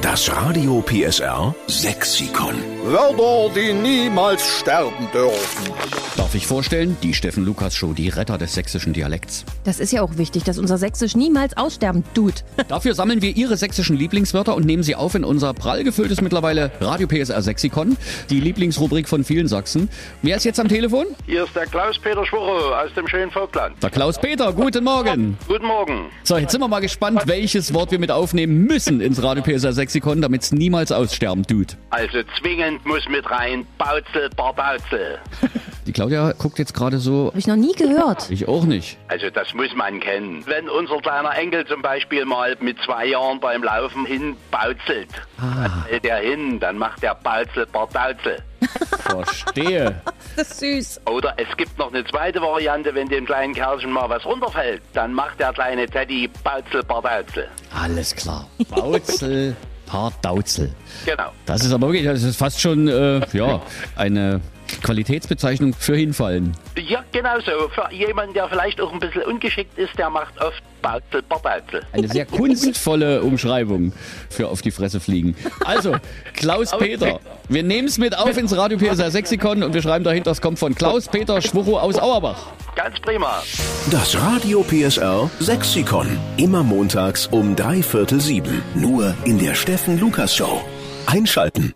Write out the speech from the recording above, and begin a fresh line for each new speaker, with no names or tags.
Das Radio PSR Sexikon.
Wörter, die niemals sterben dürfen.
Darf ich vorstellen, die Steffen Lukas Show, die Retter des sächsischen Dialekts.
Das ist ja auch wichtig, dass unser Sächsisch niemals aussterben tut.
Dafür sammeln wir Ihre sächsischen Lieblingswörter und nehmen sie auf in unser prall gefülltes mittlerweile Radio PSR Sexikon, die Lieblingsrubrik von vielen Sachsen. Wer ist jetzt am Telefon?
Hier ist der Klaus-Peter Schwurre aus dem schönen Vogtland.
Der Klaus-Peter, guten Morgen.
Guten Morgen.
So, jetzt sind wir mal gespannt, welches Wort wir mit aufnehmen müssen ins Radio PSR Sexikon, damit es niemals aussterben tut.
Also zwingend muss mit rein Bautzel, Barbauzel.
Die Claudia guckt jetzt gerade so.
Habe ich noch nie gehört.
Ich auch nicht.
Also das muss man kennen. Wenn unser kleiner Enkel zum Beispiel mal mit zwei Jahren beim Laufen hinbautzelt, dann fällt er hin, dann macht er Bautzel, Barbauzel.
Verstehe.
Das ist süß.
Oder es gibt noch eine zweite Variante, wenn dem kleinen Kerlchen mal was runterfällt, dann macht der kleine Teddy Bautzel, Barbauzel.
Alles klar. Bautzel, paar Dauzel.
Genau.
Das ist aber wirklich, das ist fast schon äh, ja, eine Qualitätsbezeichnung für hinfallen.
Ja, genau so. Für jemanden, der vielleicht auch ein bisschen ungeschickt ist, der macht oft Bautzel, Barbauzel.
Eine sehr kunstvolle Umschreibung für auf die Fresse fliegen. Also, Klaus-Peter, wir nehmen es mit auf ins Radio PSR Sexikon und wir schreiben dahinter, es kommt von Klaus-Peter Schwuchow aus Auerbach.
Ganz prima.
Das Radio PSR Sexikon. Immer montags um drei Viertel sieben. Nur in der Steffen Lukas Show. Einschalten.